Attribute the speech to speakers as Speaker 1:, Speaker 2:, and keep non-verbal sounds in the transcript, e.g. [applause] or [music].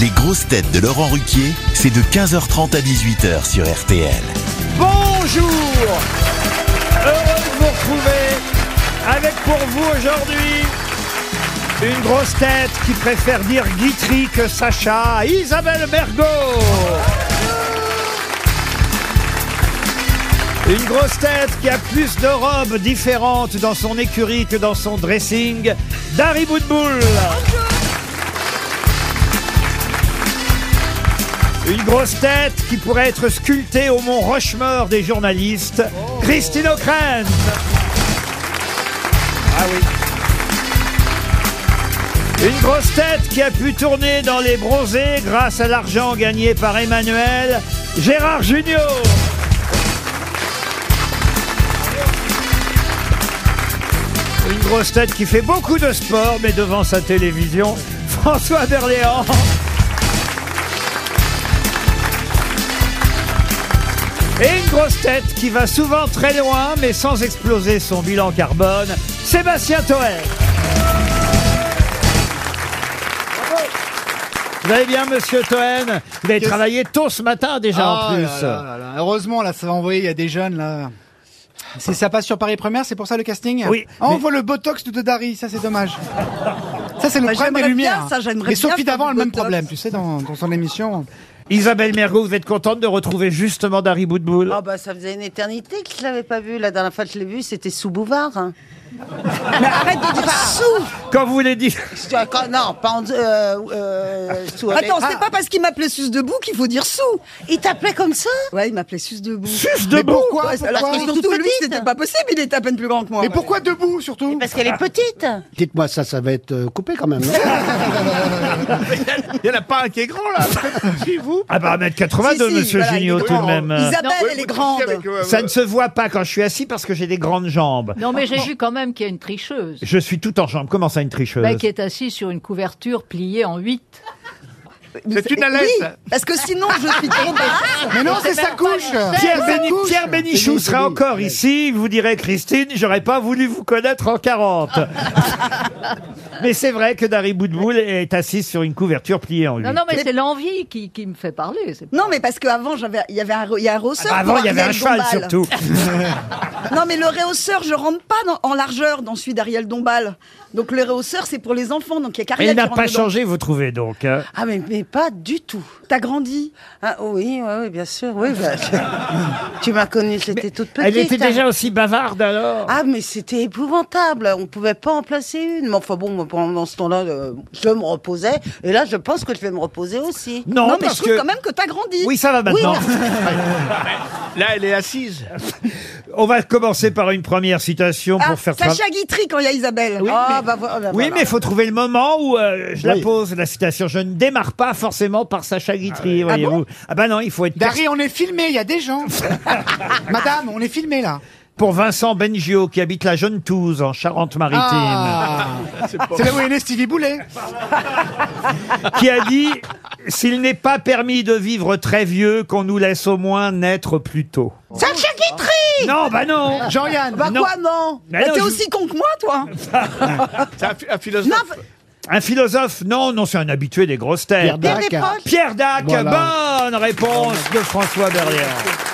Speaker 1: Les grosses têtes de Laurent Ruquier, c'est de 15h30 à 18h sur RTL.
Speaker 2: Bonjour Heureux de vous retrouver avec pour vous aujourd'hui une grosse tête qui préfère dire Guitry que Sacha, Isabelle Bergot Une grosse tête qui a plus de robes différentes dans son écurie que dans son dressing, Dari Boudboul Une grosse tête qui pourrait être sculptée au mont Rochemort des journalistes, Christine O'Krent. Ah oui. Une grosse tête qui a pu tourner dans les bronzés grâce à l'argent gagné par Emmanuel, Gérard Junior. Une grosse tête qui fait beaucoup de sport, mais devant sa télévision, [laughs] François Berléand. Et une grosse tête qui va souvent très loin, mais sans exploser son bilan carbone, Sébastien Toer. Vous allez bien, monsieur Toen Vous avez travaillé tôt ce matin déjà en
Speaker 3: Ah
Speaker 2: plus.
Speaker 3: là là là là. Heureusement, là, ça va envoyer, il y a des jeunes, là. C'est ça passe sur Paris Première, c'est pour ça le casting
Speaker 2: Oui,
Speaker 3: Ah, on
Speaker 2: mais-
Speaker 3: voit le botox de Dari, ça c'est dommage. Ça c'est le
Speaker 4: Bah,
Speaker 3: problème des
Speaker 4: j'aimerais
Speaker 3: lumières.
Speaker 4: bien, ça, j'aimerais
Speaker 3: Mais
Speaker 4: bien
Speaker 3: Sophie
Speaker 4: faire
Speaker 3: d'avant a
Speaker 4: du
Speaker 3: le même
Speaker 4: botox.
Speaker 3: problème, tu sais, dans, dans son émission.
Speaker 2: Isabelle Mergot, vous êtes contente de retrouver justement Dari Boudboul
Speaker 4: Ah bah ça faisait une éternité que je l'avais pas vu. La dernière fois que je l'ai vu, c'était sous Bouvard. hein. Mais arrête de dire sous.
Speaker 2: Quand vous voulez dire... [laughs]
Speaker 4: Je- quand- Non, pas en- euh, euh, sous.
Speaker 5: Attends, c'est
Speaker 4: Ah,
Speaker 5: pas parce qu'il m'appelait sus debout qu'il faut dire sous.
Speaker 4: Il t'appelait comme ça
Speaker 5: Ouais, il m'appelait sus debout.
Speaker 2: Sus
Speaker 3: Mais
Speaker 2: debout
Speaker 3: pourquoi,
Speaker 5: Ouais,
Speaker 3: pourquoi
Speaker 5: alors que
Speaker 4: Elle est toute
Speaker 5: surtout lui,
Speaker 4: petite.
Speaker 5: c'était pas possible, il était à peine plus grand que moi.
Speaker 3: Mais pourquoi debout surtout
Speaker 4: Parce qu'elle est petite.
Speaker 6: Dites-moi ça, ça va être euh, coupé quand même. non
Speaker 2: Il n'y en a pas un qui est grand [laughs] là Chez vous Ah bah 1m82
Speaker 5: Si, si,
Speaker 2: monsieur
Speaker 5: voilà, il
Speaker 2: Gignot
Speaker 5: est
Speaker 2: tout de
Speaker 5: grand.
Speaker 2: même.
Speaker 5: Isabelle, elle
Speaker 4: ben,
Speaker 5: est grande.
Speaker 2: Ça ne se voit pas quand je suis assis parce que j'ai des grandes jambes.
Speaker 7: Non, mais j'ai vu quand même qu'il y a une tricheuse
Speaker 2: Je suis tout en jambes. Comment ça une tricheuse
Speaker 7: bah, qui est assise sur une couverture pliée en huit.
Speaker 3: C'est une
Speaker 5: Oui, parce que sinon, je
Speaker 2: [laughs]
Speaker 5: suis tombée.
Speaker 3: Mais non, c'est sa couche.
Speaker 2: Pierre,
Speaker 3: C'est sa
Speaker 2: Béni-
Speaker 3: couche.
Speaker 2: Pierre Bénichou
Speaker 6: Béni-
Speaker 2: sera
Speaker 6: Béni-
Speaker 2: encore
Speaker 6: ouais.
Speaker 2: ici. Il vous dirait, Christine, j'aurais pas voulu vous connaître en 40. mais c'est vrai que Dari Boudboul est assise sur une couverture pliée en huit.
Speaker 7: Non, non, mais c'est l'envie qui, qui me fait parler. c'est-
Speaker 5: Non, mais parce qu'avant, j'avais- il y avait un, re- il y a un rehausseur.
Speaker 2: Ah, bah, Avant,
Speaker 5: pour
Speaker 2: il y avait un
Speaker 5: Ariel
Speaker 2: cheval
Speaker 5: Dombal.
Speaker 2: surtout.
Speaker 5: Non, mais le rehausseur, je rentre pas dans- en largeur dans celui d'Ariel Dombal. Donc le rehausseur, c'est pour les enfants. Donc il y a
Speaker 2: Mais
Speaker 5: Cariel
Speaker 2: il
Speaker 5: qui
Speaker 2: n'a
Speaker 5: rentre
Speaker 2: pas
Speaker 5: dedans.
Speaker 2: changé, vous trouvez donc. hein.
Speaker 4: Ah mais, mais pas du tout.
Speaker 5: T'as grandi.
Speaker 4: Ah oui, oui, oui, bien sûr. Oui, bah, tu m'as connue, j'étais toute petite.
Speaker 2: Elle était
Speaker 4: hein.
Speaker 2: déjà aussi bavarde alors.
Speaker 4: Ah mais c'était épouvantable, on pouvait pas en placer une. Mais enfin bon, moi, pendant ce temps-là, euh, je me reposais et là je pense que je vais me reposer aussi.
Speaker 2: non,
Speaker 5: non, mais je
Speaker 2: parce
Speaker 5: trouve
Speaker 2: que.
Speaker 5: quand même que t'as grandi.
Speaker 2: Oui, ça va maintenant. [laughs]
Speaker 8: Là, elle est assise.
Speaker 2: On va commencer par une première citation
Speaker 5: Ah,
Speaker 2: pour faire tra-
Speaker 5: Sacha Guitry quand il y a Isabelle.
Speaker 4: Ah, bah, voilà,
Speaker 2: Oui,
Speaker 4: voilà.
Speaker 2: mais il faut trouver le moment où euh, je la
Speaker 6: Oui.
Speaker 2: pose, la citation. Je ne démarre pas forcément par Sacha Guitry, voyez-vous. Ah, bah non, il faut être...
Speaker 3: Dari, on est filmé, il y a des
Speaker 2: [laughs]
Speaker 3: gens. Madame, on est filmé là.
Speaker 2: Pour Vincent Bengio, qui habite la Jeune Touze, en Charente-Maritime,
Speaker 3: Ah. C'est là où est né Stevie Boulet.
Speaker 2: qui a dit « S'il n'est pas permis de vivre très vieux, qu'on nous laisse au moins naître plus tôt.
Speaker 5: Sacha Guitry »
Speaker 2: Non, bah non
Speaker 3: Jean-Yann.
Speaker 5: Bah
Speaker 2: Non.
Speaker 5: quoi, non
Speaker 2: Mais
Speaker 5: Bah,
Speaker 2: non,
Speaker 5: T'es
Speaker 2: je-
Speaker 5: aussi con que moi, toi
Speaker 8: C'est un, phi- un philosophe.
Speaker 2: Un philosophe Non, non, c'est un habitué des grosses têtes.
Speaker 6: Pierre Dac.
Speaker 2: Pierre Dac,
Speaker 6: Voilà.
Speaker 2: bonne réponse de François Berlière.